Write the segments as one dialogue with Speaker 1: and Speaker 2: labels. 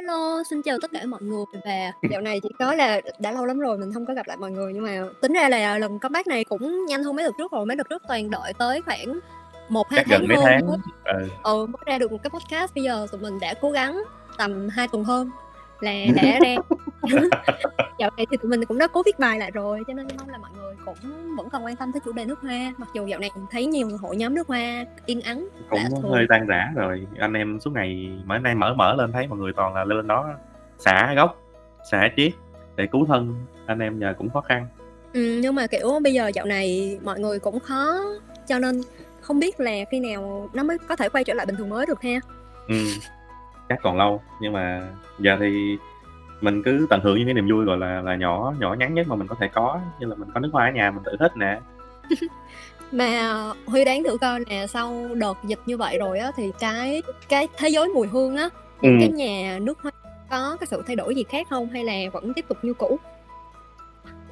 Speaker 1: hello, xin chào tất cả mọi người và
Speaker 2: Ừ.
Speaker 1: dạo này chỉ có là đã lâu lắm rồi mình không có gặp lại mọi người nhưng mà tính ra là lần comeback này cũng nhanh hơn mấy đợt trước rồi mấy đợt trước toàn đợi tới khoảng một hai
Speaker 2: chắc gần
Speaker 1: tháng
Speaker 2: mấy
Speaker 1: hơn
Speaker 2: tháng
Speaker 1: mới-
Speaker 2: ừ.
Speaker 1: ừ mới ra được một cái podcast bây giờ tụi mình đã cố gắng tầm 2 tuần hơn là đã ra dạo này thì tụi mình cũng đã cố viết bài lại rồi cho nên mong là mọi người cũng vẫn còn quan tâm tới chủ đề nước hoa mặc dù dạo này thấy nhiều hội nhóm nước hoa yên ắng lạ
Speaker 2: cũng
Speaker 1: thường
Speaker 2: hơi tan rã rồi anh em suốt ngày mỗi nay mở mở lên thấy mọi người toàn là lên đó xả gốc xả chiếc để cứu thân anh em giờ cũng khó khăn
Speaker 1: Ừ, nhưng mà kiểu bây giờ dạo này mọi người cũng khó cho nên không biết là khi nào nó mới có thể quay trở lại bình thường mới được ha
Speaker 2: ừ. chắc còn lâu nhưng mà giờ thì mình cứ tận hưởng những cái niềm vui gọi là là nhỏ nhỏ nhắn nhất mà mình có thể có như là mình có nước hoa ở nhà mình tự thích nè
Speaker 1: mà Huy đáng thử coi nè sau đợt dịch như vậy rồi á thì cái cái thế giới mùi hương á
Speaker 2: ừ.
Speaker 1: cái nhà nước hoa có cái sự thay đổi gì khác không hay là vẫn tiếp tục như cũ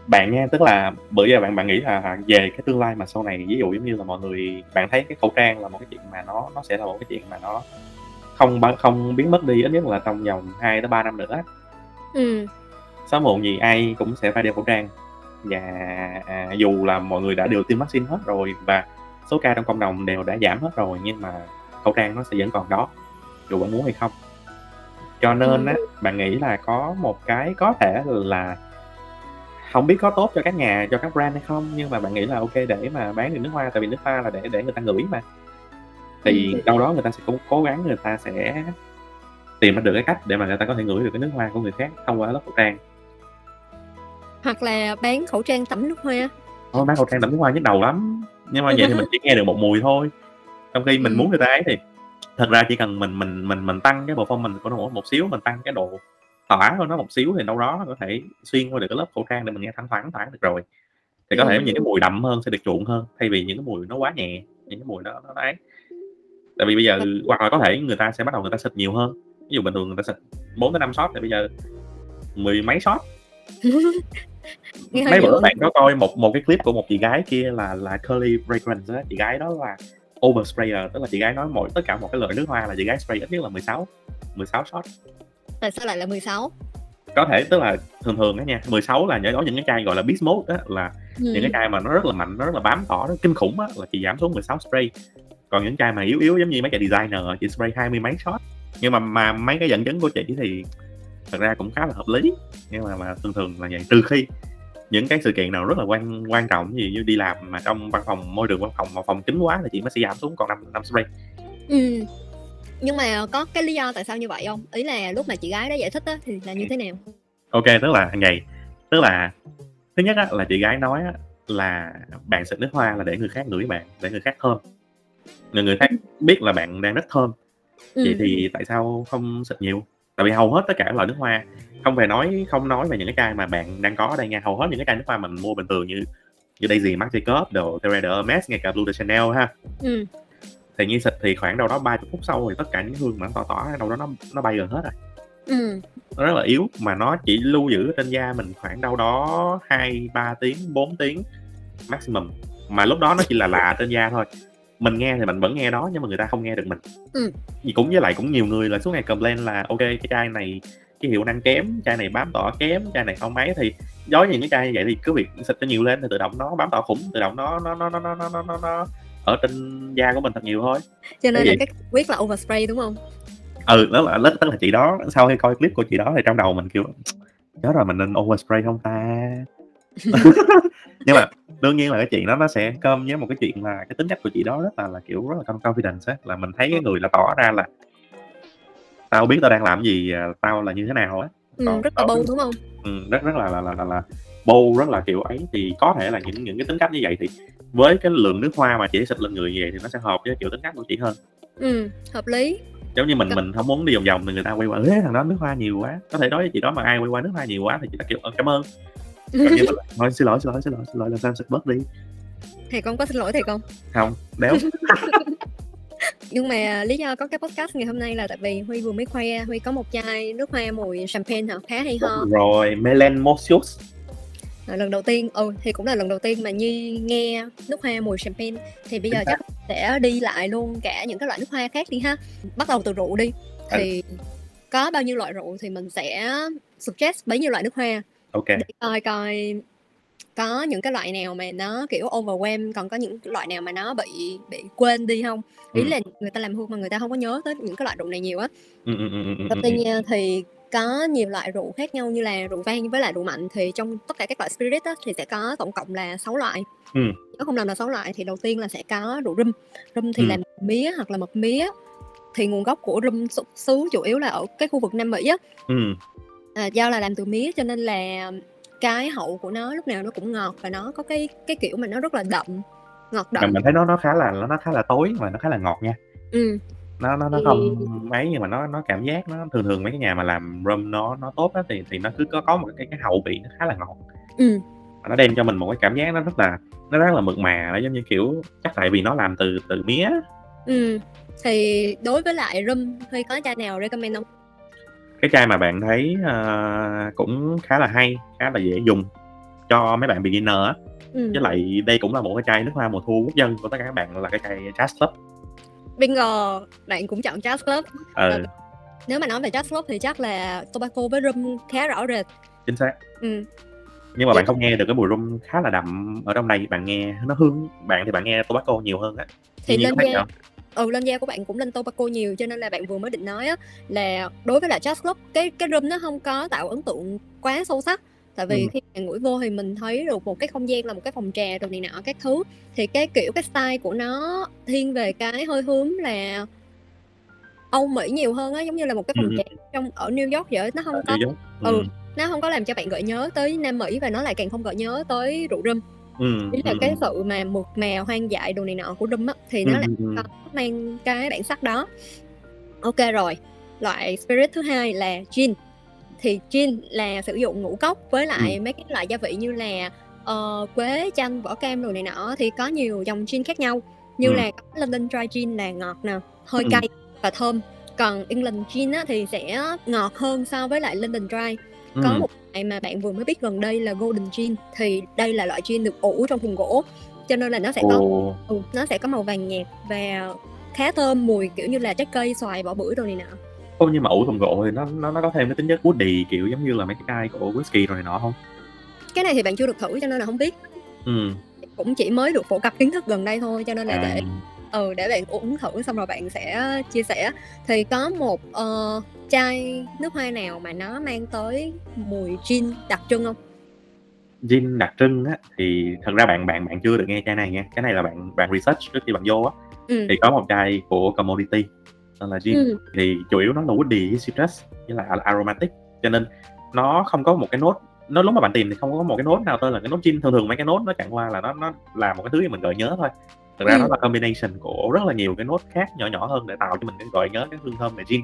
Speaker 2: bạn nha tức là bữa giờ bạn bạn nghĩ là à, về cái tương lai mà sau này ví dụ giống như là mọi người bạn thấy cái khẩu trang là một cái chuyện mà nó nó sẽ là một cái chuyện mà nó không ba- không biến mất đi ít nhất là trong vòng 2 tới 3 năm nữa
Speaker 1: ừ
Speaker 2: sớm muộn gì ai cũng sẽ phải đeo khẩu trang và à, dù là mọi người đã đều tiêm vaccine hết rồi và số ca trong cộng đồng đều đã giảm hết rồi nhưng mà khẩu trang nó sẽ vẫn còn đó dù bạn muốn hay không cho nên á bạn nghĩ là có một cái có thể là không biết có tốt cho các nhà cho các brand hay không nhưng mà bạn nghĩ là ok để mà bán được nước hoa tại vì nước hoa là để để người ta ngửi mà thì
Speaker 1: Ừ.
Speaker 2: đâu đó người ta sẽ cố, cố gắng người ta sẽ tìm ra được cái cách để mà người ta có thể ngửi được cái nước hoa của người khác thông qua lớp khẩu trang
Speaker 1: hoặc là bán khẩu trang tẩm nước hoa
Speaker 2: thôi bán khẩu trang tẩm nước hoa nhức đầu lắm nhưng mà vậy thì mình chỉ nghe được một mùi thôi trong khi mình
Speaker 1: Ừ.
Speaker 2: muốn người ta ấy thì thật ra chỉ cần mình mình mình mình tăng cái bộ phông mình của nó một xíu mình tăng cái độ tỏa của nó một xíu thì đâu đó nó có thể xuyên qua được cái lớp khẩu trang để mình nghe thoáng thoáng thoáng được rồi thì có thể
Speaker 1: Ừ.
Speaker 2: những cái mùi đậm hơn sẽ được chuộng hơn thay vì những cái mùi nó quá nhẹ những cái mùi đó nó ấy tại vì bây giờ hoặc là có thể người ta sẽ bắt đầu người ta xịt nhiều hơn ví dụ bình thường người ta xịt 4 tới 5 shot thì bây giờ mười mấy shot
Speaker 1: nghe hơi
Speaker 2: mấy
Speaker 1: dữ
Speaker 2: bữa bạn có coi một một cái clip của một chị gái kia là là curly fragrance đó. chị gái đó là over sprayer tức là chị gái nói mỗi tất cả một cái loại nước hoa là chị gái spray ít nhất là 16 16 shot
Speaker 1: tại sao lại là 16
Speaker 2: có thể tức là thường thường đó nha 16 là nhớ đó những cái chai gọi là beast mode đó, là
Speaker 1: ừ.
Speaker 2: những cái chai mà nó rất là mạnh nó rất là bám tỏ nó kinh khủng á là chị giảm xuống 16 spray còn những chai mà yếu yếu giống như mấy cái designer chị spray hai mươi mấy shot nhưng mà mà mấy cái dẫn chứng của chị thì thật ra cũng khá là hợp lý nhưng mà mà thường thường là vậy trừ khi những cái sự kiện nào rất là quan quan trọng gì như đi làm mà trong văn phòng môi trường văn phòng mà phòng kín quá thì chị mới sẽ giảm xuống còn năm năm spray
Speaker 1: ừ. nhưng mà có cái lý do tại sao như vậy không ý là lúc mà chị gái đó giải thích á thì là
Speaker 2: Ừ.
Speaker 1: như thế nào
Speaker 2: ok tức là hàng ngày tức là thứ nhất á, là chị gái nói á, là bạn xịt nước hoa là để người khác ngửi bạn để người khác thơm người người khác biết là bạn đang rất thơm
Speaker 1: ừ.
Speaker 2: vậy thì tại sao không xịt nhiều tại vì hầu hết tất cả loại nước hoa không về nói không nói về những cái chai mà bạn đang có ở đây nha hầu hết những cái chai nước hoa mình mua bình thường như như Daisy Marc Jacobs đồ Terra de Hermes ngay cả Blue de Chanel ha
Speaker 1: ừ.
Speaker 2: thì như xịt thì khoảng đâu đó 30 phút sau thì tất cả những hương mà nó tỏ tỏ đâu đó nó nó bay gần hết à. rồi
Speaker 1: Ừ.
Speaker 2: nó rất là yếu mà nó chỉ lưu giữ trên da mình khoảng đâu đó 2 3 tiếng 4 tiếng maximum mà lúc đó nó chỉ là lạ trên da thôi mình nghe thì mình vẫn nghe đó nhưng mà người ta không nghe được mình
Speaker 1: Ừ.
Speaker 2: Vì cũng với lại cũng nhiều người là suốt ngày complain là ok cái chai này cái hiệu năng kém chai này bám tỏ kém chai này không ấy thì đối với những cái chai như vậy thì cứ việc xịt cho nhiều lên thì tự động nó bám tỏ khủng tự động nó nó nó nó nó nó nó, nó ở trên da của mình thật nhiều thôi
Speaker 1: cho nên
Speaker 2: Cái
Speaker 1: là
Speaker 2: gì?
Speaker 1: cái quyết là overspray đúng không
Speaker 2: ừ đó là lết- tức là chị đó sau khi coi clip của chị đó thì trong đầu mình kiểu nhớ rồi mình nên overspray không ta nhưng mà đương nhiên là cái chuyện đó nó sẽ cơm với một cái chuyện là cái tính cách của chị đó rất là là kiểu rất là confidence á là mình thấy cái người là tỏ ra là tao biết tao đang làm gì à, tao là như thế nào á
Speaker 1: ừ,
Speaker 2: Còn
Speaker 1: rất là
Speaker 2: đối-
Speaker 1: bông đúng không
Speaker 2: ừ, rất rất là là là là, là bô rất là kiểu ấy thì có thể là những những cái tính cách như vậy thì với cái lượng nước hoa mà chị xịt lên người như vậy thì nó sẽ hợp với kiểu tính cách của chị hơn
Speaker 1: ừ. hợp lý
Speaker 2: giống như mình
Speaker 1: Cảm-
Speaker 2: mình không muốn đi vòng vòng thì người ta quay qua ế thằng đó nước hoa nhiều quá có thể đối với chị đó mà ai quay qua nước hoa nhiều quá thì chị ta kiểu "Ờ, cảm ơn Còn như mình là, thôi xin lỗi xin lỗi xin lỗi xin lỗi làm sao em xịt bớt đi
Speaker 1: thầy con có xin lỗi thầy con
Speaker 2: không đéo
Speaker 1: nhưng mà lý do có cái podcast ngày hôm nay là tại vì huy vừa mới khoe huy có một chai nước hoa mùi champagne hả khá hay ho
Speaker 2: Đúng rồi Melen Mosius
Speaker 1: Là lần đầu tiên ừ thì cũng là lần đầu tiên mà nhi nghe nước hoa mùi champagne thì bây giờ
Speaker 2: Chính
Speaker 1: chắc sẽ đi lại luôn cả những cái loại nước hoa khác đi ha bắt đầu từ rượu đi thì có bao nhiêu loại rượu thì mình sẽ suggest bấy nhiêu loại nước hoa
Speaker 2: ok
Speaker 1: để coi coi có những cái loại nào mà nó kiểu overwhelm còn có những loại nào mà nó bị bị quên đi không ý
Speaker 2: Ừ.
Speaker 1: là người ta làm hương mà người ta không có nhớ tới những cái loại rượu này nhiều á
Speaker 2: ừ, ừ, ừ, ừ, ừ,
Speaker 1: Và
Speaker 2: ừ.
Speaker 1: tuy nhiên thì có nhiều loại rượu khác nhau như là rượu vang với lại rượu mạnh thì trong tất cả các loại spirit á, thì sẽ có tổng cộng là 6 loại.
Speaker 2: Ừ.
Speaker 1: Nếu không làm là 6 loại thì đầu tiên là sẽ có rượu rum. Rum thì
Speaker 2: Ừ.
Speaker 1: là mía hoặc là mật mía. Thì nguồn gốc của rum xu- xứ chủ yếu là ở cái khu vực Nam Mỹ á.
Speaker 2: ừ.
Speaker 1: À, do là làm từ mía cho nên là cái hậu của nó lúc nào nó cũng ngọt và nó có cái cái kiểu mà nó rất là đậm, ngọt
Speaker 2: Mà
Speaker 1: đậm.
Speaker 2: mình thấy nó nó khá là nó khá là tối mà nó khá là ngọt nha
Speaker 1: Ừ.
Speaker 2: nó nó nó
Speaker 1: Thì-
Speaker 2: không mấy nhưng mà nó nó cảm giác nó thường thường mấy cái nhà mà làm rum nó nó tốt á thì thì nó cứ có có một cái cái hậu vị nó khá là ngọt
Speaker 1: Ừ.
Speaker 2: Mà nó đem cho mình một cái cảm giác nó rất là nó rất là mượt mà nó giống như kiểu chắc tại vì nó làm từ từ mía
Speaker 1: Ừ. Thì đối với lại rum thì có chai nào recommend không?
Speaker 2: cái chai mà bạn thấy ờ, cũng khá là hay khá là dễ dùng cho mấy bạn beginner á
Speaker 1: Ừ.
Speaker 2: với lại đây cũng là một cái chai nước hoa mùa thu quốc dân của tất cả các bạn là cái chai Jazz Club
Speaker 1: Bingo, bạn cũng chọn Jazz Club. Ừ.
Speaker 2: ờ
Speaker 1: Nếu mà nói về Jazz Club thì chắc là tobacco với rum khá rõ rệt.
Speaker 2: chính xác
Speaker 1: Ừ.
Speaker 2: nhưng
Speaker 1: Dạ.
Speaker 2: mà bạn không nghe được cái mùi rum khá là đậm ở trong đây bạn nghe nó hương bạn thì bạn nghe tobacco nhiều hơn á
Speaker 1: Thì
Speaker 2: Tuy nhiên
Speaker 1: lên
Speaker 2: có khác
Speaker 1: da,
Speaker 2: nhau.
Speaker 1: ừ, lên da của bạn cũng lên tobacco nhiều cho nên là bạn vừa mới định nói á, là đối với lại Jazz Club cái cái rum nó không có tạo ấn tượng quá sâu sắc. Tại vì
Speaker 2: Ừ.
Speaker 1: khi mà ngửi vô thì mình thấy được một cái không gian là một cái phòng trà rồi này nọ các thứ thì cái kiểu cái style của nó thiên về cái hơi hướng là Âu Mỹ nhiều hơn á giống như là một cái phòng
Speaker 2: Ừ,
Speaker 1: trà trong ở New York vậy nó không có
Speaker 2: Điều ờ, giống
Speaker 1: ừ nó không có làm cho bạn gợi nhớ tới Nam Mỹ và nó lại càng không gợi nhớ tới rượu rum
Speaker 2: ừ,
Speaker 1: ý là
Speaker 2: ừ,
Speaker 1: cái
Speaker 2: ừ.
Speaker 1: sự mà mượt mà hoang dại đồ này nọ của rum á thì
Speaker 2: Ừ,
Speaker 1: nó lại
Speaker 2: ừ, ừ.
Speaker 1: có Ờ, mang cái bản sắc đó ok rồi loại spirit thứ hai là gin thì gin là sử dụng ngũ cốc với lại
Speaker 2: Ừ.
Speaker 1: mấy cái loại gia vị như là ờ, quế chanh vỏ cam đồ này nọ thì có nhiều dòng gin khác nhau như
Speaker 2: Ừ.
Speaker 1: là có London dry gin là ngọt nè hơi
Speaker 2: Ừ.
Speaker 1: cay và thơm còn England gin á, thì sẽ ngọt hơn so với lại London dry
Speaker 2: Ừ,
Speaker 1: có một loại mà bạn vừa mới biết gần đây là golden gin thì đây là loại gin được ủ trong thùng gỗ cho nên là nó sẽ có
Speaker 2: ồ,
Speaker 1: ừ, nó sẽ có màu vàng nhạt và khá thơm mùi kiểu như là trái cây xoài vỏ bưởi đồ này nọ
Speaker 2: không nhưng mà ủ thùng gỗ thì nó nó nó có thêm cái tính chất woody kiểu giống như là mấy cái chai của whisky rồi này nọ không
Speaker 1: cái này thì bạn chưa được thử cho nên là không biết
Speaker 2: ừ
Speaker 1: cũng chỉ mới được phổ cập kiến thức gần đây thôi cho nên là
Speaker 2: à,
Speaker 1: để ừ để bạn uống thử xong rồi bạn sẽ chia sẻ thì có một ờ, chai nước hoa nào mà nó mang tới mùi gin đặc trưng không
Speaker 2: gin đặc trưng á thì thật ra bạn bạn bạn chưa được nghe chai này nha cái này là bạn bạn research trước khi bạn vô á
Speaker 1: ừ
Speaker 2: thì có một chai của commodity tên là gin
Speaker 1: ừ
Speaker 2: thì chủ yếu nó là woody với citrus với là aromatic cho nên nó không có một cái nốt nó lúc mà bạn tìm thì không có một cái nốt nào tên là cái nốt gin thường thường mấy cái nốt nó chẳng qua là nó nó là một cái thứ mình gợi nhớ thôi thực ra
Speaker 1: Ừ.
Speaker 2: nó là combination của rất là nhiều cái nốt khác nhỏ nhỏ hơn để tạo cho mình cái gợi nhớ cái hương thơm về gin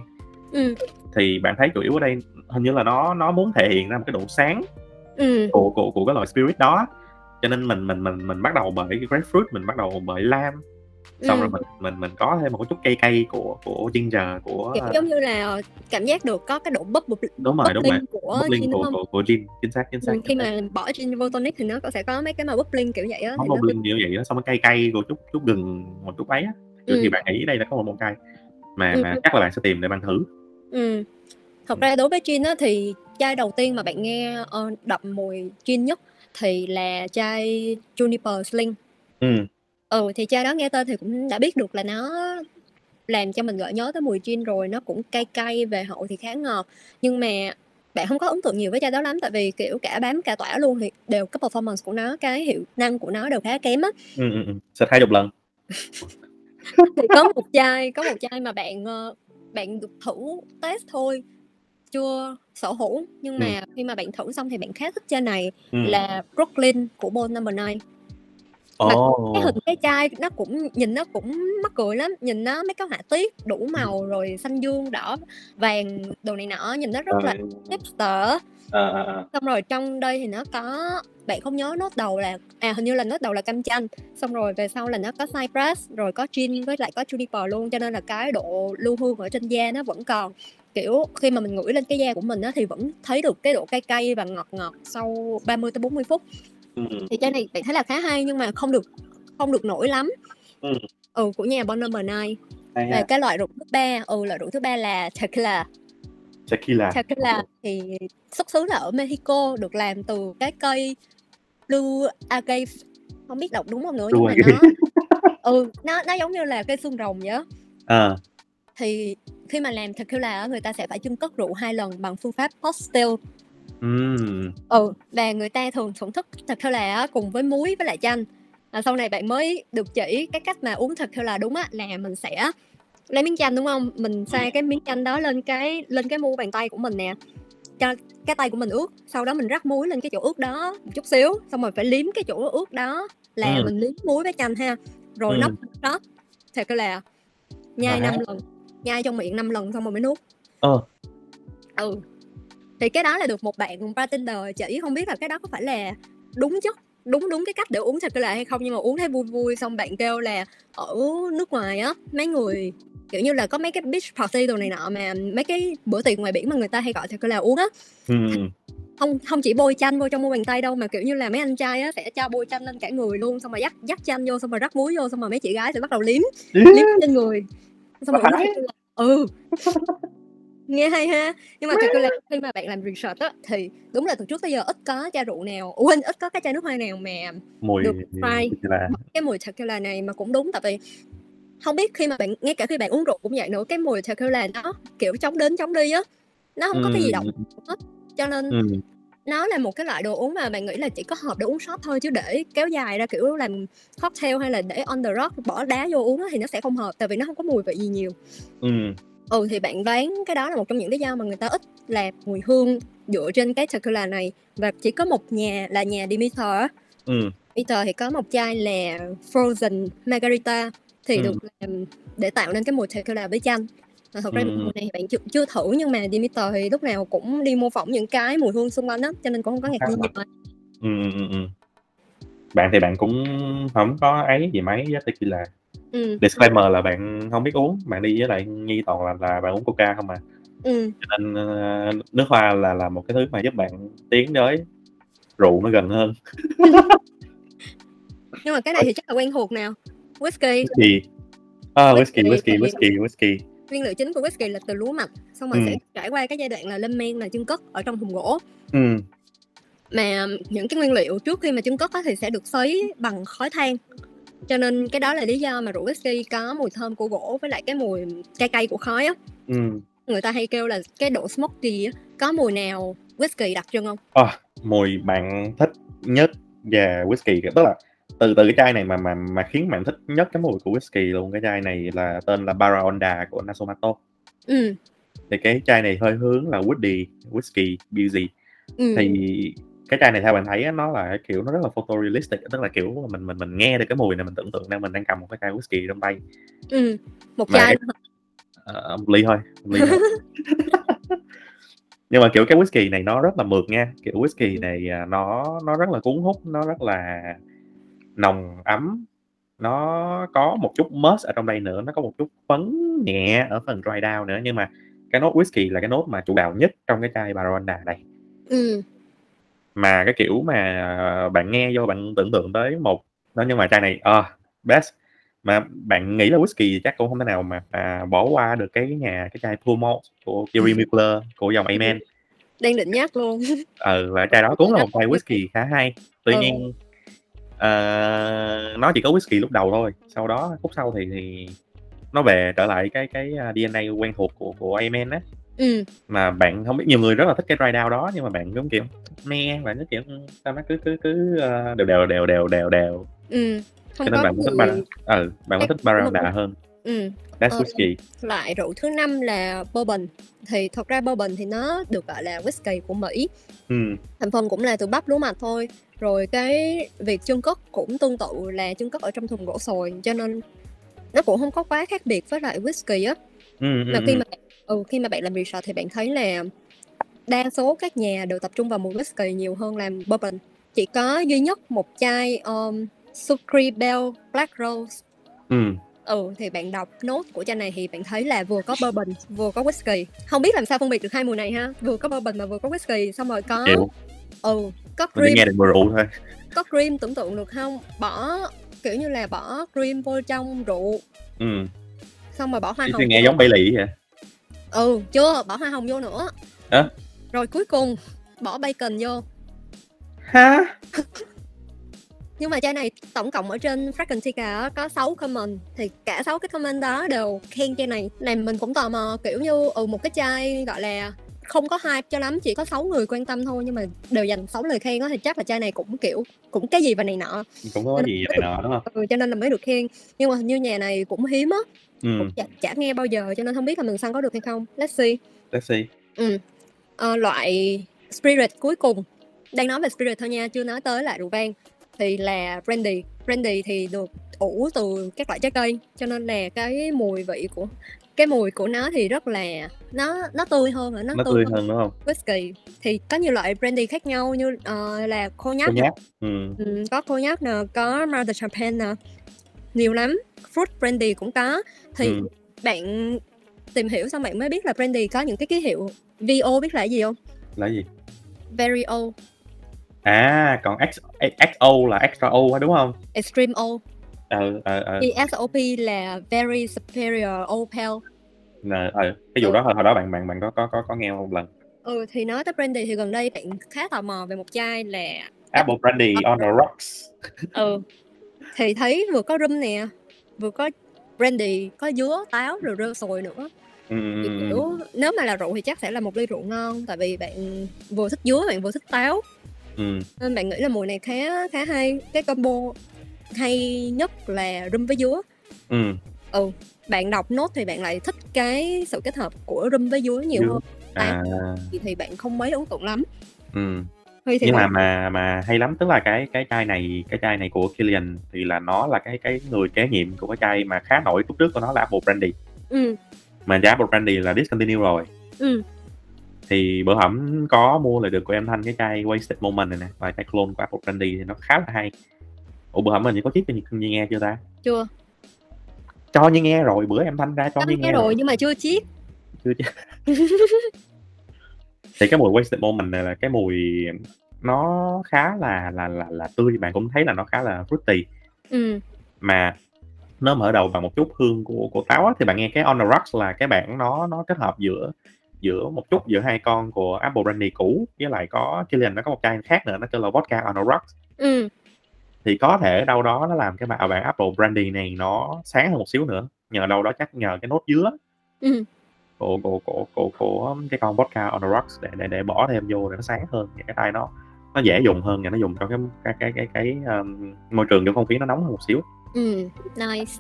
Speaker 1: ừ
Speaker 2: thì bạn thấy chủ yếu ở đây hình như là nó nó muốn thể hiện ra một cái độ sáng
Speaker 1: ừ
Speaker 2: của của của cái loại spirit đó cho nên mình mình mình mình bắt đầu bởi cái grapefruit mình bắt đầu bởi lam xong
Speaker 1: ừ.
Speaker 2: rồi mình mình mình có thêm một chút cây cây của của ginger của
Speaker 1: kiểu giống như là cảm giác được có cái độ bấp bụp
Speaker 2: đúng rồi đúng rồi
Speaker 1: bubbling của
Speaker 2: bubbling
Speaker 1: gin đúng
Speaker 2: của,
Speaker 1: không
Speaker 2: của của gin chính xác chính xác
Speaker 1: Ừ, khi mà bỏ gin vô tonic thì nó cũng sẽ có mấy cái mà bubbling kiểu vậy á
Speaker 2: nó
Speaker 1: thì nó
Speaker 2: bubbling như vậy đó xong cái cay cay của chút chút gừng một chút ấy á
Speaker 1: Ừ.
Speaker 2: thì bạn nghĩ đây là có một món cay mà
Speaker 1: Ừ.
Speaker 2: mà chắc là bạn sẽ tìm để bạn thử
Speaker 1: ừ.
Speaker 2: Ừ.
Speaker 1: thật ra đối với gin á thì chai đầu tiên mà bạn nghe ờ, đậm mùi gin nhất thì là chai juniper sling
Speaker 2: ừ
Speaker 1: ừ thì chai đó nghe tên thì cũng đã biết được là nó làm cho mình gợi nhớ tới mùi gin rồi nó cũng cay cay về hậu thì khá ngọt nhưng mà bạn không có ấn tượng nhiều với chai đó lắm tại vì kiểu cả bám cả tỏa luôn thì đều cái performance của nó cái hiệu năng của nó đều khá kém á
Speaker 2: ừ ừ, ừ. sẽ hai chục lần
Speaker 1: thì có một chai có một chai mà bạn ờ, bạn được thử test thôi chưa sở hữu nhưng
Speaker 2: Ừ.
Speaker 1: mà khi mà bạn thử xong thì bạn khá thích chai này
Speaker 2: ừ.
Speaker 1: là Brooklyn của Bone Number 9
Speaker 2: Ồ,
Speaker 1: cái hình cái chai nó cũng nhìn nó cũng mắc cười lắm nhìn nó mấy cái họa tiết
Speaker 2: Ừ.
Speaker 1: đủ màu rồi xanh dương đỏ vàng đồ này nọ nhìn nó rất là
Speaker 2: rồi.
Speaker 1: hipster
Speaker 2: à, à, à.
Speaker 1: xong rồi trong đây thì nó có bạn không nhớ nốt đầu là à hình như là nốt đầu là cam chanh xong rồi về sau là nó có cypress rồi có gin với lại có juniper luôn cho nên là cái độ lưu hương ở trên da nó vẫn còn kiểu khi mà mình ngửi lên cái da của mình á, thì vẫn thấy được cái độ cay cay và ngọt ngọt sau 30 tới 40 phút
Speaker 2: Ừ, ừ,
Speaker 1: thì chai này bạn thấy là khá hay nhưng mà không được không được nổi lắm
Speaker 2: Ừ. Dạ.
Speaker 1: ừ của nhà Bon Number 9
Speaker 2: hay
Speaker 1: về
Speaker 2: ha.
Speaker 1: cái loại rượu thứ ba ừ loại rượu thứ ba là tequila
Speaker 2: Tequila.
Speaker 1: tequila thì xuất xứ là ở Mexico được làm từ cái cây blue agave không biết đọc đúng không nữa nhưng mà
Speaker 2: Blue agave.
Speaker 1: nó ừ nó nó giống như là cây xương rồng vậy á.
Speaker 2: Ờ,
Speaker 1: thì khi mà làm tequila á, người ta sẽ phải chưng cất rượu hai lần bằng phương pháp postel
Speaker 2: ừm,
Speaker 1: ừ và người ta thường thưởng thức tequila á, cùng với muối với lại chanh à, sau này bạn mới được chỉ cái cách mà uống tequila đúng á là mình sẽ lấy miếng chanh đúng không mình
Speaker 2: Ừ.
Speaker 1: xoa cái miếng chanh đó lên cái lên cái mu bàn tay của mình nè cho cái tay của mình ướt sau đó mình rắc muối lên cái chỗ ướt đó một chút xíu xong rồi phải liếm cái chỗ ướt đó là
Speaker 2: Ừ.
Speaker 1: mình liếm muối với chanh ha rồi
Speaker 2: Ừ.
Speaker 1: nắp đó tequila nhai
Speaker 2: À.
Speaker 1: năm lần nhai trong miệng 5 lần xong rồi mới nuốt
Speaker 2: Ờ.
Speaker 1: ừ thì cái đó là được một bạn bartender chỉ không biết là cái đó có phải là đúng chất đúng đúng cái cách để uống tequila hay không nhưng mà uống thấy vui vui xong bạn kêu là ở nước ngoài á mấy người kiểu như là có mấy cái beach party đồ này nọ mà mấy cái bữa tiệc ngoài biển mà người ta hay gọi tequila uống á
Speaker 2: ừm,
Speaker 1: không không chỉ bôi chanh vô trong mu bàn tay đâu mà kiểu như là mấy anh trai á sẽ cho bôi chanh lên cả người luôn xong rồi dắt dắt chanh vô xong rồi rắc muối vô xong rồi mấy chị gái sẽ bắt đầu liếm liếm trên người xong rồi uống
Speaker 2: Phải.
Speaker 1: tequila. ừ nghe hay ha nhưng mà tequila khi mà bạn làm research á thì đúng là từ trước tới giờ ít có chai rượu nào quên ít có cái chai nước hoa nào mà
Speaker 2: mùi
Speaker 1: Được fry.
Speaker 2: tequila.
Speaker 1: cái mùi tequila này mà cũng đúng tại vì không biết khi mà bạn ngay cả khi bạn uống rượu cũng vậy nữa cái mùi tequila nó kiểu chống đến chống đi á nó không có cái gì độc
Speaker 2: Ừm,
Speaker 1: hết cho nên
Speaker 2: ừm,
Speaker 1: nó là một cái loại đồ uống mà bạn nghĩ là chỉ có hợp để uống shot thôi chứ để kéo dài ra kiểu làm cocktail hay là để on the rock bỏ đá vô uống á thì nó sẽ không hợp tại vì nó không có mùi vị gì nhiều
Speaker 2: ừm,
Speaker 1: ừ thì bạn đoán cái đó là một trong những lý do mà người ta ít làm mùi hương dựa trên cái tequila này và chỉ có một nhà là nhà Demeter á.
Speaker 2: ừm,
Speaker 1: Demeter thì có một chai là Frozen Margarita thì
Speaker 2: Ừ.
Speaker 1: được làm để tạo nên cái mùi tequila với chanh Mà thật ra
Speaker 2: Ừ.
Speaker 1: mùi này bạn chưa, chưa thử nhưng mà Demeter thì lúc nào cũng đi mô phỏng những cái mùi hương xung quanh á cho nên cũng không có ngạc nhiên gì mà.
Speaker 2: ừm, ừm, ừm. Bạn thì bạn cũng không có ấy gì mấy với tequila.
Speaker 1: ừ.
Speaker 2: Disclaimer là bạn không biết uống, bạn đi với lại Nhi toàn là là bạn uống coca không à.
Speaker 1: ừ.
Speaker 2: Cho nên ờ, nước hoa là là một cái thứ mà giúp bạn tiến tới rượu nó gần hơn.
Speaker 1: nhưng mà cái này thì chắc là quen thuộc nào whisky
Speaker 2: Whisky. À,
Speaker 1: Whisky,
Speaker 2: whisky, whisky,
Speaker 1: tại vì-
Speaker 2: whisky, whisky.
Speaker 1: nguyên liệu chính của whisky là từ lúa mạch xong rồi
Speaker 2: Ừ.
Speaker 1: sẽ trải qua cái giai đoạn là lên men là chưng cất ở trong thùng gỗ
Speaker 2: Ừ.
Speaker 1: mà những cái nguyên liệu trước khi mà chưng cất á, thì sẽ được sấy bằng khói than cho nên cái đó là lý do mà rượu whisky có mùi thơm của gỗ với lại cái mùi cay cay của khói á
Speaker 2: Ừ.
Speaker 1: người ta hay kêu là cái độ smoky á có mùi nào whisky đặc trưng không
Speaker 2: mùi bạn thích nhất và whisky kìa. tức là từ từ cái chai này mà mà mà khiến bạn thích nhất cái mùi của whisky luôn cái chai này là tên là Barra Onda của Nasomato
Speaker 1: ừ
Speaker 2: thì cái chai này hơi hướng là woody whisky beauty
Speaker 1: ừ
Speaker 2: thì cái chai này theo bạn thấy á, nó là kiểu nó rất là photorealistic tức là kiểu là mình mình mình nghe được cái mùi này mình tưởng tượng ra mình đang cầm một cái chai whisky trong tay
Speaker 1: ừ một
Speaker 2: Mà
Speaker 1: chai
Speaker 2: em- Ờ, một ly thôi một ly thôi nhưng mà kiểu cái whisky này nó rất là mượt nha kiểu whisky này à, nó nó rất là cuốn hút nó rất là nồng ấm nó có một chút mớt ở trong đây nữa nó có một chút phấn nhẹ ở phần dry down nữa nhưng mà cái nốt whisky là cái nốt mà chủ đạo nhất trong cái chai Baronda này
Speaker 1: ừ
Speaker 2: mà cái kiểu mà à, bạn nghe vô bạn tưởng tượng tới một đó nhưng mà chai này ờ best mà bạn nghĩ là whisky chắc cũng không thể nào mà à, bỏ qua được cái nhà cái chai Pall Mall của Gary Miller của dòng Amen
Speaker 1: đang định nhắc luôn
Speaker 2: ừ và chai đó cũng là một chai whisky khá hay tuy
Speaker 1: Ừ.
Speaker 2: nhiên ờ, nó chỉ có whisky lúc đầu thôi sau đó khúc sau thì thì nó về trở lại cái cái à, DNA quen thuộc của của Amen á
Speaker 1: ừ
Speaker 2: mà bạn không biết nhiều người rất là thích cái dry down đó nhưng mà bạn giống kiểu me bạn nó kiểu sao nó cứ cứ cứ ờ, đều đều đều đều đều đều
Speaker 1: ừ không
Speaker 2: cho
Speaker 1: có
Speaker 2: nên bạn muốn thích
Speaker 1: mùi-
Speaker 2: bar ừ bạn muốn
Speaker 1: Chắc
Speaker 2: thích Barracuda
Speaker 1: cũng-
Speaker 2: hơn
Speaker 1: ừ
Speaker 2: that's
Speaker 1: Ờ.
Speaker 2: whisky
Speaker 1: loại rượu thứ năm là bourbon thì thật ra bourbon thì nó được gọi là whisky của mỹ
Speaker 2: ừ
Speaker 1: thành phần cũng là từ bắp lúa mạch thôi rồi cái việc chưng cất cũng tương tự là chưng cất ở trong thùng gỗ sồi cho nên nó cũng không có quá khác biệt với lại whisky á
Speaker 2: ừ ừ,
Speaker 1: là khi
Speaker 2: ừ.
Speaker 1: mà ừ, khi mà bạn làm research thì bạn thấy là đa số các nhà đều tập trung vào mùi whisky nhiều hơn làm bourbon chỉ có duy nhất một chai um, Sucre Bell Black Rose
Speaker 2: ừ.
Speaker 1: ừ thì bạn đọc nốt của chai này thì bạn thấy là vừa có bourbon vừa có whisky không biết làm sao phân biệt được hai mùi này ha vừa có bourbon mà vừa có whisky xong rồi có
Speaker 2: kiểu
Speaker 1: ừ có
Speaker 2: mình chỉ
Speaker 1: cream
Speaker 2: nghe được mùi rượu thôi
Speaker 1: có cream tưởng tượng được không bỏ kiểu như là bỏ cream vô trong rượu
Speaker 2: ừ
Speaker 1: xong rồi bỏ hoa
Speaker 2: Ý
Speaker 1: hồng
Speaker 2: tôi nghe giống Bailey vậy
Speaker 1: ừ chưa bỏ hoa hồng vô nữa
Speaker 2: Hả?
Speaker 1: rồi cuối cùng bỏ bacon vô
Speaker 2: ha
Speaker 1: nhưng mà chai này tổng cộng ở trên Fraction Tika á, có 6 comment thì cả 6 cái comment đó đều khen chai này làm mình cũng tò mò kiểu như ừ một cái chai gọi là không có hype cho lắm chỉ có 6 người quan tâm thôi nhưng mà đều dành 6 lời khen đó thì chắc là chai này cũng kiểu cũng cái gì và này nọ
Speaker 2: cũng có gì này nọ đúng không
Speaker 1: ừ, cho nên là mới được khen nhưng mà hình như nhà này cũng hiếm á
Speaker 2: ừ
Speaker 1: cũng chả, Dạ, chả nghe bao giờ cho nên không biết là mình săn có được hay không let's see
Speaker 2: taxi
Speaker 1: Ờ, loại spirit cuối cùng đang nói về spirit thôi nha chưa nói tới lại rượu vang thì là brandy brandy thì được ủ từ các loại trái cây cho nên là cái mùi vị của cái mùi của nó thì rất là nó nó tươi hơn nữa nó,
Speaker 2: nó
Speaker 1: tươi,
Speaker 2: tươi
Speaker 1: hơn
Speaker 2: hơn đúng không
Speaker 1: whisky thì có nhiều loại brandy khác nhau như ờ, là khô nháp
Speaker 2: cô nhát ừ
Speaker 1: Ừ, có cognac nè, có Mother Champagne nè, nhiều lắm. Fruit brandy cũng có. Thì
Speaker 2: Ừ.
Speaker 1: bạn tìm hiểu xong bạn mới biết là brandy có những cái ký hiệu VO biết là cái gì không?
Speaker 2: là gì
Speaker 1: Very O,
Speaker 2: à còn X, xo là extra o á, đúng không
Speaker 1: Extreme O, E
Speaker 2: ờ ờ ờ
Speaker 1: ESOP là Very Superior Opal. Dạ.
Speaker 2: ờ, ờ. cái vụ đó hồi, hồi đó bạn bạn bạn có có có có nghe một lần
Speaker 1: Ừ thì nói tới brandy thì gần đây bạn khá tò mò về một chai là
Speaker 2: apple brandy
Speaker 1: Ờ.
Speaker 2: on the rocks
Speaker 1: ừ thì thấy vừa có rum nè, vừa có brandy, có dứa, táo rồi rơ sồi nữa.
Speaker 2: ừ, ừ,
Speaker 1: Thì
Speaker 2: ừ,
Speaker 1: kiểu nếu mà là rượu thì chắc sẽ là một ly rượu ngon tại vì bạn vừa thích dứa bạn vừa thích táo
Speaker 2: ừ.
Speaker 1: nên bạn nghĩ là mùi này khá khá hay cái combo hay nhất là rum với dứa
Speaker 2: ừ.
Speaker 1: bạn đọc nốt thì bạn lại thích cái sự kết hợp của rum với dứa nhiều
Speaker 2: Dứa.
Speaker 1: hơn
Speaker 2: à
Speaker 1: thì, thì bạn không mấy ấn tượng lắm
Speaker 2: ừ.
Speaker 1: thì, thì
Speaker 2: nhưng mà
Speaker 1: bạn,
Speaker 2: mà mà hay lắm tức là cái cái chai này cái chai này của Killian thì là nó là cái cái người kế nhiệm của cái chai mà khá nổi lúc trước của nó là Apple Brandy
Speaker 1: ừ,
Speaker 2: mà giá Apple Brandy là discontinue rồi
Speaker 1: ừ,
Speaker 2: thì bữa hổm có mua lại được của em thanh cái chai Wasted Moment này nè và chai clone của Apple Brandy thì nó khá là hay Ủa bữa hổm mình có chiếc cho Nhi- Nhi nghe chưa ta
Speaker 1: chưa
Speaker 2: cho như nghe rồi bữa em thanh ra cho
Speaker 1: có
Speaker 2: như
Speaker 1: nghe rồi nhưng mà chưa chiết
Speaker 2: thì cái mùi wasted moment này là cái mùi nó khá là là là là tươi bạn cũng thấy là nó khá là fruity
Speaker 1: ừ,
Speaker 2: mà nó mở đầu bằng một chút hương của của táo á, thì bạn nghe cái on the rocks là cái bản nó nó kết hợp giữa giữa một chút giữa hai con của apple brandy cũ với lại có Chilean nó có một chai khác nữa nó kêu là vodka on the rocks
Speaker 1: ừ,
Speaker 2: thì có thể đâu đó nó làm cái bạn bản apple brandy này nó sáng hơn một xíu nữa nhờ đâu đó chắc nhờ cái nốt dứa
Speaker 1: ừ.
Speaker 2: của của của của, của cái con vodka on the rocks để để để bỏ thêm vô để nó sáng hơn để cái tay nó nó dễ dùng hơn và nó dùng cho cái cái cái cái, cái um, môi trường trong không khí nó nóng hơn một xíu
Speaker 1: Ừ, nice.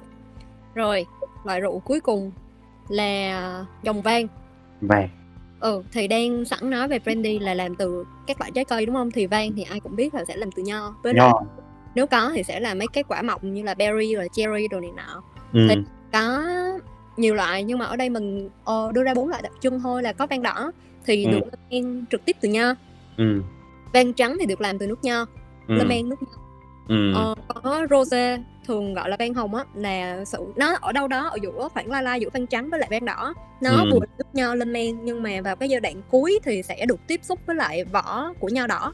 Speaker 1: Rồi, loại rượu cuối cùng là dòng vang.
Speaker 2: vàng
Speaker 1: Ừ, thì đang sẵn nói về brandy là làm từ các loại trái cây đúng không? Thì vang thì ai cũng biết là sẽ làm từ nho. Với lại
Speaker 2: nho
Speaker 1: nếu có thì sẽ là mấy cái quả mọng như là berry rồi cherry đồ này nọ.
Speaker 2: ừ.
Speaker 1: Thì- Có nhiều loại nhưng mà ở đây mình ờ, đưa ra bốn loại đặc trưng thôi là có vang đỏ thì
Speaker 2: Ừ.
Speaker 1: được lên men trực tiếp từ nho,
Speaker 2: ừ
Speaker 1: vang trắng thì được làm từ nước nho,
Speaker 2: ừ
Speaker 1: lên men nước nho.
Speaker 2: ừ
Speaker 1: Ờ, có rose thường gọi là vang hồng á là sự nó ở đâu đó ở giữa khoảng lai lai giữa vang trắng với lại vang đỏ nó
Speaker 2: Ừ.
Speaker 1: vừa là nước nho lên men nhưng mà vào cái giai đoạn cuối thì sẽ được tiếp xúc với lại vỏ của nho đỏ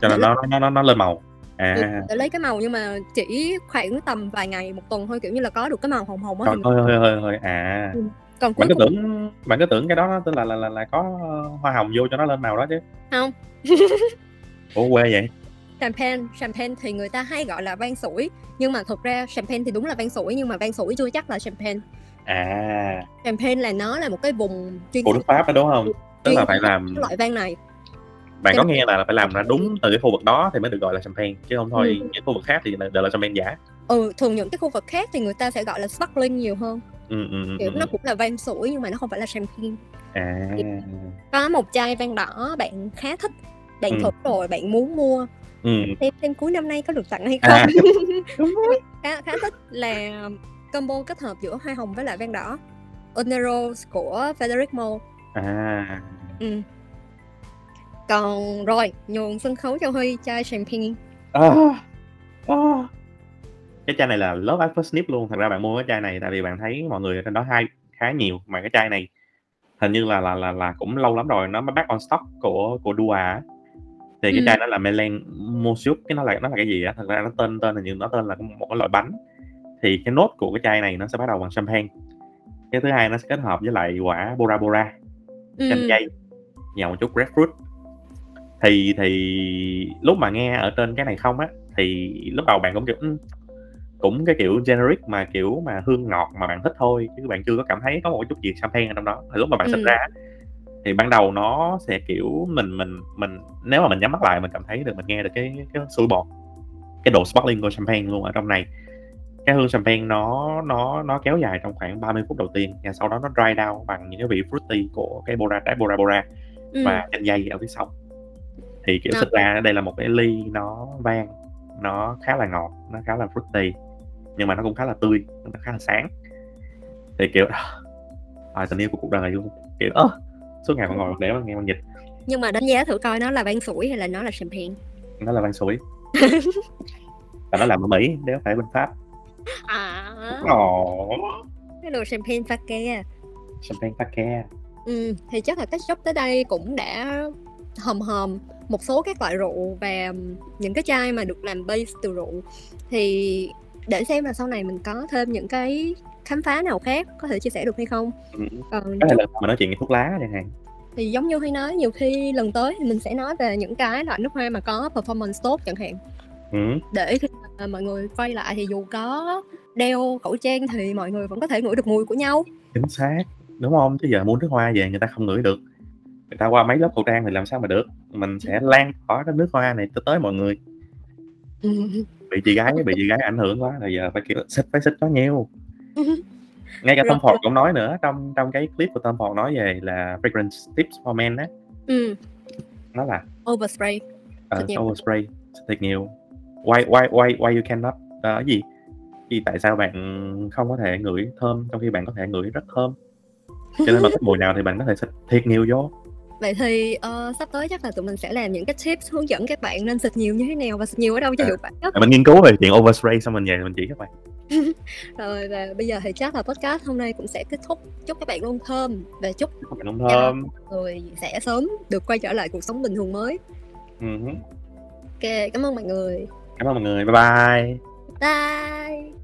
Speaker 2: cho nên nó nó nó nó lên màu
Speaker 1: Được-
Speaker 2: à
Speaker 1: để lấy cái màu nhưng mà chỉ khoảng tầm vài ngày một tuần thôi kiểu như là có được cái màu hồng hồng á
Speaker 2: thôi thôi thôi thôi, thôi. à
Speaker 1: còn cuối
Speaker 2: bạn cứ
Speaker 1: cùng
Speaker 2: tưởng bạn cứ tưởng cái đó nó tức là là là, là có hoa hồng vô cho nó lên màu đó chứ
Speaker 1: Không.
Speaker 2: ủa quê vậy
Speaker 1: champagne champagne thì người ta hay gọi là vang sủi nhưng mà thực ra champagne thì đúng là vang sủi nhưng mà vang sủi chưa chắc là champagne
Speaker 2: à
Speaker 1: champagne là nó là một cái vùng chuyên
Speaker 2: của nước pháp đó đúng không tức là phải làm
Speaker 1: cái loại vang này
Speaker 2: bạn
Speaker 1: Cho
Speaker 2: có
Speaker 1: nên-
Speaker 2: nghe là phải làm ra đúng từ cái khu vực đó thì mới được gọi là champagne chứ không thôi
Speaker 1: Ừ.
Speaker 2: những khu vực khác thì là- đều là champagne giả
Speaker 1: ừ thường những cái khu vực khác thì người ta sẽ gọi là sparkling nhiều hơn
Speaker 2: ừ, ừ, ừ,
Speaker 1: kiểu
Speaker 2: ừ.
Speaker 1: nó cũng là vang sủi nhưng mà nó không phải là champagne
Speaker 2: à
Speaker 1: có một chai vang đỏ bạn khá thích bạn
Speaker 2: Ừ.
Speaker 1: thử rồi bạn muốn mua
Speaker 2: ừ
Speaker 1: thêm thêm cuối năm nay có được tặng hay không
Speaker 2: à đúng rồi.
Speaker 1: khá, khá thích là combo kết hợp giữa hoa hồng với lại vang đỏ Onero của Federico Mo
Speaker 2: à
Speaker 1: ừ. còn rồi nhường sân khấu cho Huy chai champagne
Speaker 2: à,
Speaker 1: Ờ.
Speaker 2: à. cái chai này là love at first sniff luôn thật ra bạn mua cái chai này tại vì bạn thấy mọi người ở trên đó hay khá nhiều mà cái chai này hình như là là là là cũng lâu lắm rồi nó mới back on stock của của Dua á. thì cái
Speaker 1: Ừ.
Speaker 2: chai đó là Melen Mosuk cái nó là nó là cái gì á thật ra nó tên tên hình như nó tên là một cái loại bánh thì cái nốt của cái chai này nó sẽ bắt đầu bằng champagne cái thứ hai nó sẽ kết hợp với lại quả bora bora chanh
Speaker 1: ừ.
Speaker 2: chay nhào một chút grapefruit thì thì lúc mà nghe ở trên cái này không á thì lúc đầu bạn cũng kiểu "Ừ, cũng cái kiểu generic mà kiểu mà hương ngọt mà bạn thích thôi chứ bạn chưa có cảm thấy có một chút gì champagne ở trong đó thì lúc mà bạn xịt
Speaker 1: Ừ.
Speaker 2: ra á, thì ban đầu nó sẽ kiểu mình mình mình nếu mà mình nhắm mắt lại mình cảm thấy được mình nghe được cái cái sủi bọt cái độ sparkling của champagne luôn ở trong này cái hương champagne nó nó nó kéo dài trong khoảng 30 phút đầu tiên và sau đó nó dry down bằng những cái vị fruity của cái bora trái bora bora
Speaker 1: ừ.
Speaker 2: và chanh dây ở phía sau thì kiểu
Speaker 1: Dạ.
Speaker 2: thực ra đây là một cái ly nó vang nó khá là ngọt nó khá là fruity nhưng mà nó cũng khá là tươi nó khá là sáng thì kiểu à, tình yêu của cuộc đời luôn kiểu ơ suốt ngày mà ngồi để mà nghe bằng dịch
Speaker 1: nhưng mà đánh giá thử coi nó là vang sủi hay là nó là champagne
Speaker 2: nó là vang sủi và nó làm ở mỹ nếu phải bên pháp
Speaker 1: à
Speaker 2: Ồ,
Speaker 1: cái đồ champagne pha kia
Speaker 2: champagne pake
Speaker 1: ừ. thì chắc là test shop tới đây cũng đã hòm hòm một số các loại rượu và những cái chai mà được làm base từ rượu thì để xem là sau này mình có thêm những cái khám phá nào khác có thể chia sẻ được hay không
Speaker 2: Ừ.
Speaker 1: còn
Speaker 2: có thể là mà nói chuyện về thuốc lá chẳng hạn
Speaker 1: thì giống như hay nói nhiều khi lần tới thì mình sẽ nói về những cái loại nước hoa mà có performance tốt chẳng hạn
Speaker 2: ừ.
Speaker 1: để khi mà mọi người quay lại thì dù có đeo khẩu trang thì mọi người vẫn có thể ngửi được mùi của nhau
Speaker 2: chính xác đúng không chứ giờ muốn nước hoa về người ta không ngửi được người ta qua mấy lớp khẩu trang thì làm sao mà được mình sẽ lan tỏa cái nước hoa này tới, tới mọi người bị chị gái bị chị gái ảnh hưởng quá rồi giờ phải kiểu xích phải xích nó nhiều ngay cả Tom
Speaker 1: Rồi.
Speaker 2: Ford cũng nói nữa trong trong cái clip của Tom Ford nói về là fragrance tips for men á
Speaker 1: ừ.
Speaker 2: nó là
Speaker 1: overspray
Speaker 2: ờ,
Speaker 1: Xịt nhiều.
Speaker 2: overspray xịt thiệt nhiều why why why why you cannot ờ, cái gì vì tại sao bạn không có thể ngửi thơm trong khi bạn có thể ngửi rất thơm cho nên mà thích mùi nào thì bạn có thể xịt thiệt nhiều vô
Speaker 1: vậy thì ờ, sắp tới chắc là tụi mình sẽ làm những cái tips hướng dẫn các bạn nên xịt nhiều như thế nào và xịt nhiều ở đâu cho
Speaker 2: À.
Speaker 1: hiệu quả nhất
Speaker 2: Tại mình nghiên cứu về chuyện overspray xong mình về mình chỉ các bạn
Speaker 1: rồi và bây giờ thì chắc là podcast hôm nay cũng sẽ kết thúc chúc các bạn luôn thơm và chúc
Speaker 2: các bạn không thơm
Speaker 1: người sẽ sớm được quay trở lại cuộc sống bình thường mới
Speaker 2: Ừ.
Speaker 1: ok cảm ơn mọi người
Speaker 2: cảm ơn mọi người bye bye
Speaker 1: bye